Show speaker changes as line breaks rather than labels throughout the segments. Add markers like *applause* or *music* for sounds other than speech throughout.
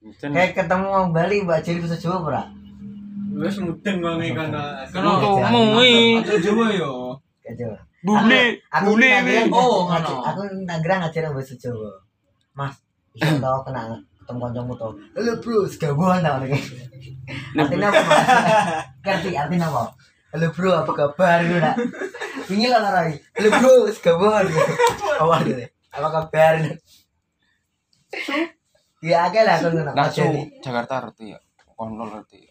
Mudeng.
Kayak ketemu orang Bali Mbak Jeli bisa Jawa ora?
Wes mudeng banget karena
Kena
Iya,
tuh
jangan
mau i.
Atau Jawa yo.
Gak Jawa.
Bule,
Aku
bule
ning Tangerang
ini.
ngajar-
Oh,
ngajar-
ngono.
Aku ning Tangerang ngajar bahasa Jawa. Mas, iso tau kena ketemu kancamu tau. Halo bro, segawon
*laughs*
tau lagi. Artinya apa? Mas? Ngerti artinya apa? Halo bro, apa kabar gitu nak? Wingi lah larai. Halo bro, segawon. Awal gitu. Apa kabar? Ya agak lah aku ngono.
Nasu Jakarta arti ya. Kono arti.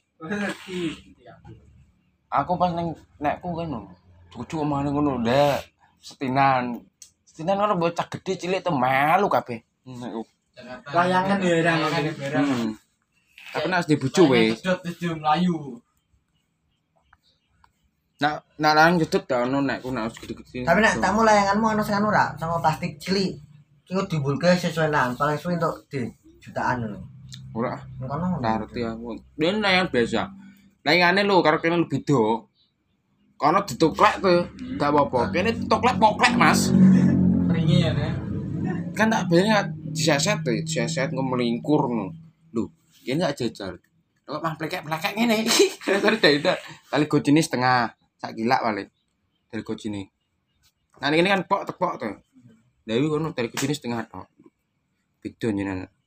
Aku pas neng nekku kan lho. Cucu omane ngono ndek. Setinan. Setinan kan bocah gede cilik tuh melu kabeh. Nekku.
Layangan ya orang ngene barang.
Hmm. Tapi nek harus dibujuk wis.
Sedot sedot Melayu.
Nak nak lan jedut ta ono nekku nek harus gede-gede.
Tapi nak tamu layanganmu ono sing anu ra, sama plastik cilik. Iku dibulke sesuai nang paling suwe entuk di jutaan lho.
ora
Ngono.
ora arti aku. Dene layangan biasa. Layangane lho karo kene lebih do. Kono dituklek tuh, gak apa-apa. Kene dituklek poklek, Mas.
Ringi ya Nek.
kan tak bilangnya diseset tuh diseset ngemelingkur no lu dia nggak jajar lu mah plekek plekek *laughs* ini dari dari kali gocini setengah sak gila balik dari gocini nah ini kan pok tepok tuh dari kono dari gocini setengah tok bidon jenengan